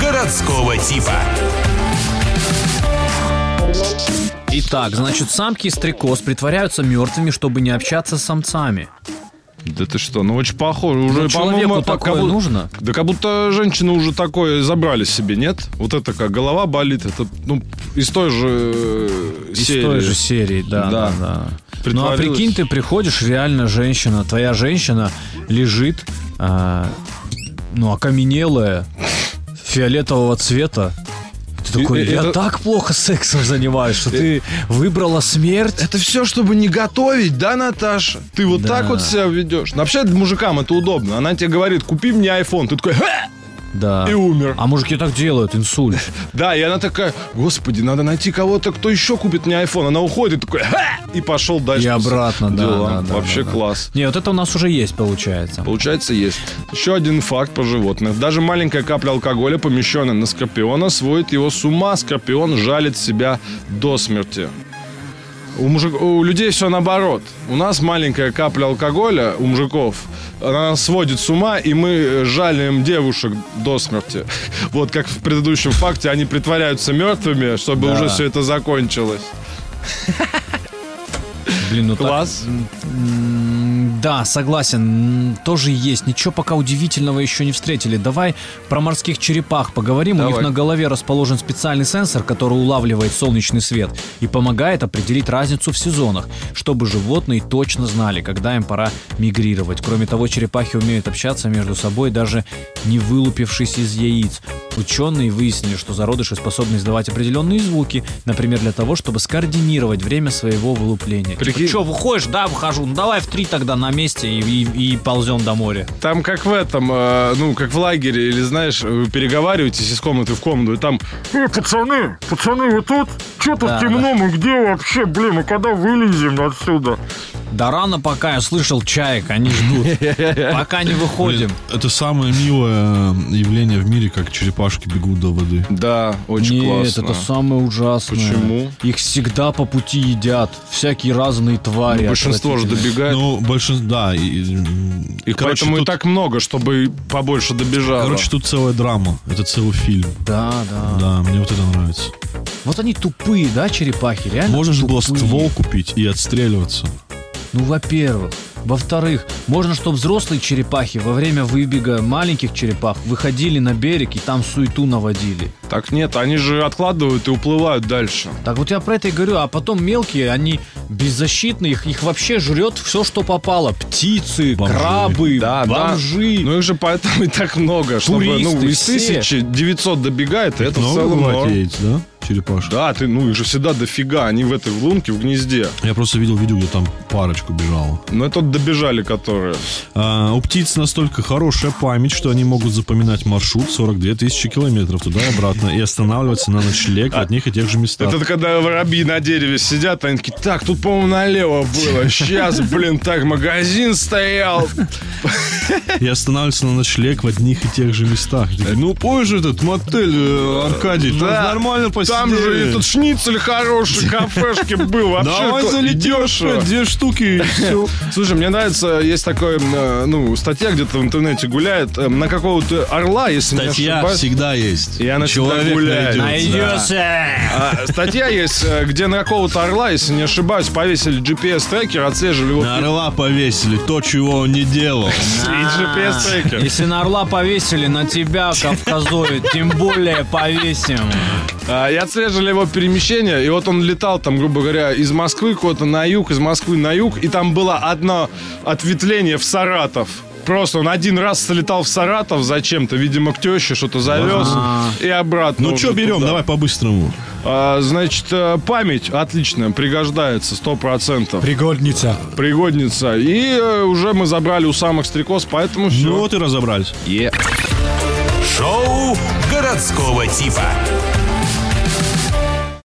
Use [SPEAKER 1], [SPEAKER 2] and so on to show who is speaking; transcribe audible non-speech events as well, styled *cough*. [SPEAKER 1] городского типа.
[SPEAKER 2] Итак, значит, самки и стрекоз притворяются мертвыми, чтобы не общаться с самцами.
[SPEAKER 3] Да ты что, ну очень похоже. Уже,
[SPEAKER 2] Ну, человеку
[SPEAKER 3] по-моему, это
[SPEAKER 2] такое
[SPEAKER 3] как будто-
[SPEAKER 2] нужно?
[SPEAKER 3] Да как будто женщины уже такое забрали себе, нет? Вот это как голова болит, это ну из той же э,
[SPEAKER 2] Из
[SPEAKER 3] серии.
[SPEAKER 2] той же серии, да, да,
[SPEAKER 3] Да.
[SPEAKER 2] да. Ну а
[SPEAKER 3] Притворилась.
[SPEAKER 2] прикинь, ты приходишь, реально женщина, твоя женщина лежит, а, ну, окаменелая, фиолетового цвета. Ты
[SPEAKER 3] И-
[SPEAKER 2] такой,
[SPEAKER 3] и-
[SPEAKER 2] я
[SPEAKER 3] это-
[SPEAKER 2] так плохо сексом занимаюсь, что ты выбрала смерть.
[SPEAKER 3] Это все, чтобы не готовить, да, Наташа? Ты вот
[SPEAKER 2] Да.
[SPEAKER 3] так вот себя ведешь. Ну, Вообще мужикам это удобно. Она тебе говорит, купи мне iPhone. Ты такой, «Ха!»
[SPEAKER 2] Да.
[SPEAKER 3] и умер.
[SPEAKER 2] А мужики так делают,
[SPEAKER 3] *laughs*
[SPEAKER 2] инсульт.
[SPEAKER 3] Да, и она такая, господи, надо найти кого-то, кто еще купит мне iPhone. Она уходит, такой, «Ха!» и пошел дальше.
[SPEAKER 2] И обратно, да,
[SPEAKER 3] Дела.
[SPEAKER 2] да, да,
[SPEAKER 3] Вообще
[SPEAKER 2] да, да.
[SPEAKER 3] класс.
[SPEAKER 2] Не, вот это у нас уже есть, получается.
[SPEAKER 3] Получается, есть. Еще один факт про животных. Даже маленькая капля алкоголя, помещенная на скорпиона, сводит его с ума. Скорпион жалит себя до смерти. У, мужик- у людей все наоборот. У нас маленькая капля алкоголя, у мужиков, она нас сводит с ума, и мы э, жалим девушек до смерти. *laughs* Вот как в предыдущем факте, они притворяются мертвыми, чтобы
[SPEAKER 2] Да.
[SPEAKER 3] уже все это закончилось.
[SPEAKER 2] Блин, ну так-
[SPEAKER 3] Класс.
[SPEAKER 2] М, Да, согласен. М, Тоже есть. Ничего пока удивительного еще не встретили. Давай про морских черепах поговорим. У
[SPEAKER 3] Давай.
[SPEAKER 2] них на голове расположен специальный сенсор, который улавливает солнечный свет и помогает определить разницу в сезонах, чтобы животные точно знали, когда им пора мигрировать. Кроме того, черепахи умеют общаться между собой, даже не вылупившись из яиц. Ученые выяснили, что зародыши способны издавать определенные звуки, например, для того, чтобы скоординировать время своего вылупления.
[SPEAKER 3] Прикинь.
[SPEAKER 2] Типа, чё, выходишь? Да, выхожу. Ну давай в три тогда на месте и, и- и ползем до моря.
[SPEAKER 3] Там как в этом, э, ну, как в лагере, или, знаешь, вы переговариваетесь из комнаты в комнату, и там...
[SPEAKER 4] Эй, Э, пацаны, пацаны, вы тут? Че тут
[SPEAKER 2] Да,
[SPEAKER 4] темно? Мы где вообще, блин? Мы когда вылезем отсюда?
[SPEAKER 2] Да рано пока я слышал чаек, они ждут.
[SPEAKER 3] *laughs*
[SPEAKER 2] Пока не выходим.
[SPEAKER 5] Это самое милое э, явление в мире, как черепашки бегут до воды.
[SPEAKER 3] Да, очень
[SPEAKER 2] Нет,
[SPEAKER 3] классно.
[SPEAKER 2] это самое ужасное.
[SPEAKER 3] Почему?
[SPEAKER 2] Их всегда по пути едят. Всякие разные твари.
[SPEAKER 3] Ну, большинство же
[SPEAKER 2] отвратительные.
[SPEAKER 3] добегает.
[SPEAKER 5] Ну, большинство, да. И, и,
[SPEAKER 3] Их
[SPEAKER 5] короче,
[SPEAKER 3] поэтому
[SPEAKER 5] тут,
[SPEAKER 3] и так много, чтобы побольше добежало.
[SPEAKER 5] короче, тут целая драма. Это целый фильм.
[SPEAKER 2] Да,
[SPEAKER 3] А.
[SPEAKER 2] да,
[SPEAKER 5] Да, мне вот это нравится.
[SPEAKER 2] Вот они тупые, да, черепахи, реально?
[SPEAKER 5] Можно же было
[SPEAKER 2] тупые.
[SPEAKER 5] ствол купить и отстреливаться.
[SPEAKER 2] Ну, во-первых. Во-вторых, можно, чтобы взрослые черепахи во время выбега маленьких черепах выходили на берег и там суету наводили.
[SPEAKER 3] Так нет, они же откладывают и уплывают дальше.
[SPEAKER 2] Так вот я про это и говорю, а потом мелкие, они беззащитные, их, их вообще жрет все, что попало. Птицы,
[SPEAKER 5] Бомжи.
[SPEAKER 2] крабы,
[SPEAKER 3] Да, да.
[SPEAKER 2] бомжи.
[SPEAKER 3] Ну их же поэтому и так много, чтобы ну,
[SPEAKER 2] Туристы
[SPEAKER 3] из
[SPEAKER 2] все.
[SPEAKER 3] тысячи 900 добегает, и это в
[SPEAKER 5] Много
[SPEAKER 3] целом
[SPEAKER 5] бывает
[SPEAKER 3] норм.
[SPEAKER 5] яиц, Ну, да? Черепашек.
[SPEAKER 3] Да, ты, ну их же всегда дофига, они в этой в лунке, в гнезде.
[SPEAKER 5] Я просто видел видео, где там парочку бежала.
[SPEAKER 3] Но это добежали которые.
[SPEAKER 5] А, у птиц настолько хорошая память, что они могут запоминать маршрут 42 тысячи километров туда и обратно и останавливаться на ночлег в одних и тех же местах.
[SPEAKER 3] А Это когда воробьи на дереве сидят, они такие, так, тут, по-моему, налево было. Сейчас, блин, так, магазин стоял.
[SPEAKER 5] И останавливаться на ночлег в одних и тех же местах. И такие, ну, позже этот мотель, э, Аркадий, там
[SPEAKER 3] Да,
[SPEAKER 5] нормально посидели.
[SPEAKER 3] Там же этот шницель хороший, кафешки *laughs* был. Вообще
[SPEAKER 5] Давай
[SPEAKER 3] кла- *laughs*
[SPEAKER 5] залетишь,
[SPEAKER 3] дешево.
[SPEAKER 5] две штуки и все.
[SPEAKER 3] Слушай, мне нравится, есть такой, э, ну, статья где-то в интернете гуляет, э, на какого-то орла, если не
[SPEAKER 5] Статья
[SPEAKER 3] ошибаюсь.
[SPEAKER 5] всегда есть.
[SPEAKER 3] И она всегда
[SPEAKER 5] Человек
[SPEAKER 3] гуляет.
[SPEAKER 5] найдётся.
[SPEAKER 3] А, статья есть, э, где на какого-то орла, если не ошибаюсь, повесили GPS-трекер, отслеживали его.
[SPEAKER 5] На орла повесили то, чего он не делал.
[SPEAKER 3] И GPS-трекер.
[SPEAKER 2] Если на орла повесили, на тебя, Кавказоид, тем более повесим.
[SPEAKER 3] А, И отслеживали его перемещение, и вот он летал там, грубо говоря, из Москвы куда-то на юг, из Москвы на юг, и там было одно ответвление в Саратов. Просто он один раз слетал в Саратов зачем-то, видимо, к теще что-то завез, и обратно.
[SPEAKER 5] Ну,
[SPEAKER 3] уже
[SPEAKER 5] что берем,
[SPEAKER 3] туда.
[SPEAKER 5] давай по-быстрому.
[SPEAKER 3] А, значит, э, память отлично пригождается, 100%.
[SPEAKER 2] Пригодница.
[SPEAKER 3] Пригодница. И э, уже мы забрали у самых стрекоз, поэтому все.
[SPEAKER 5] Ну, вот и разобрались.
[SPEAKER 1] Шоу городского типа.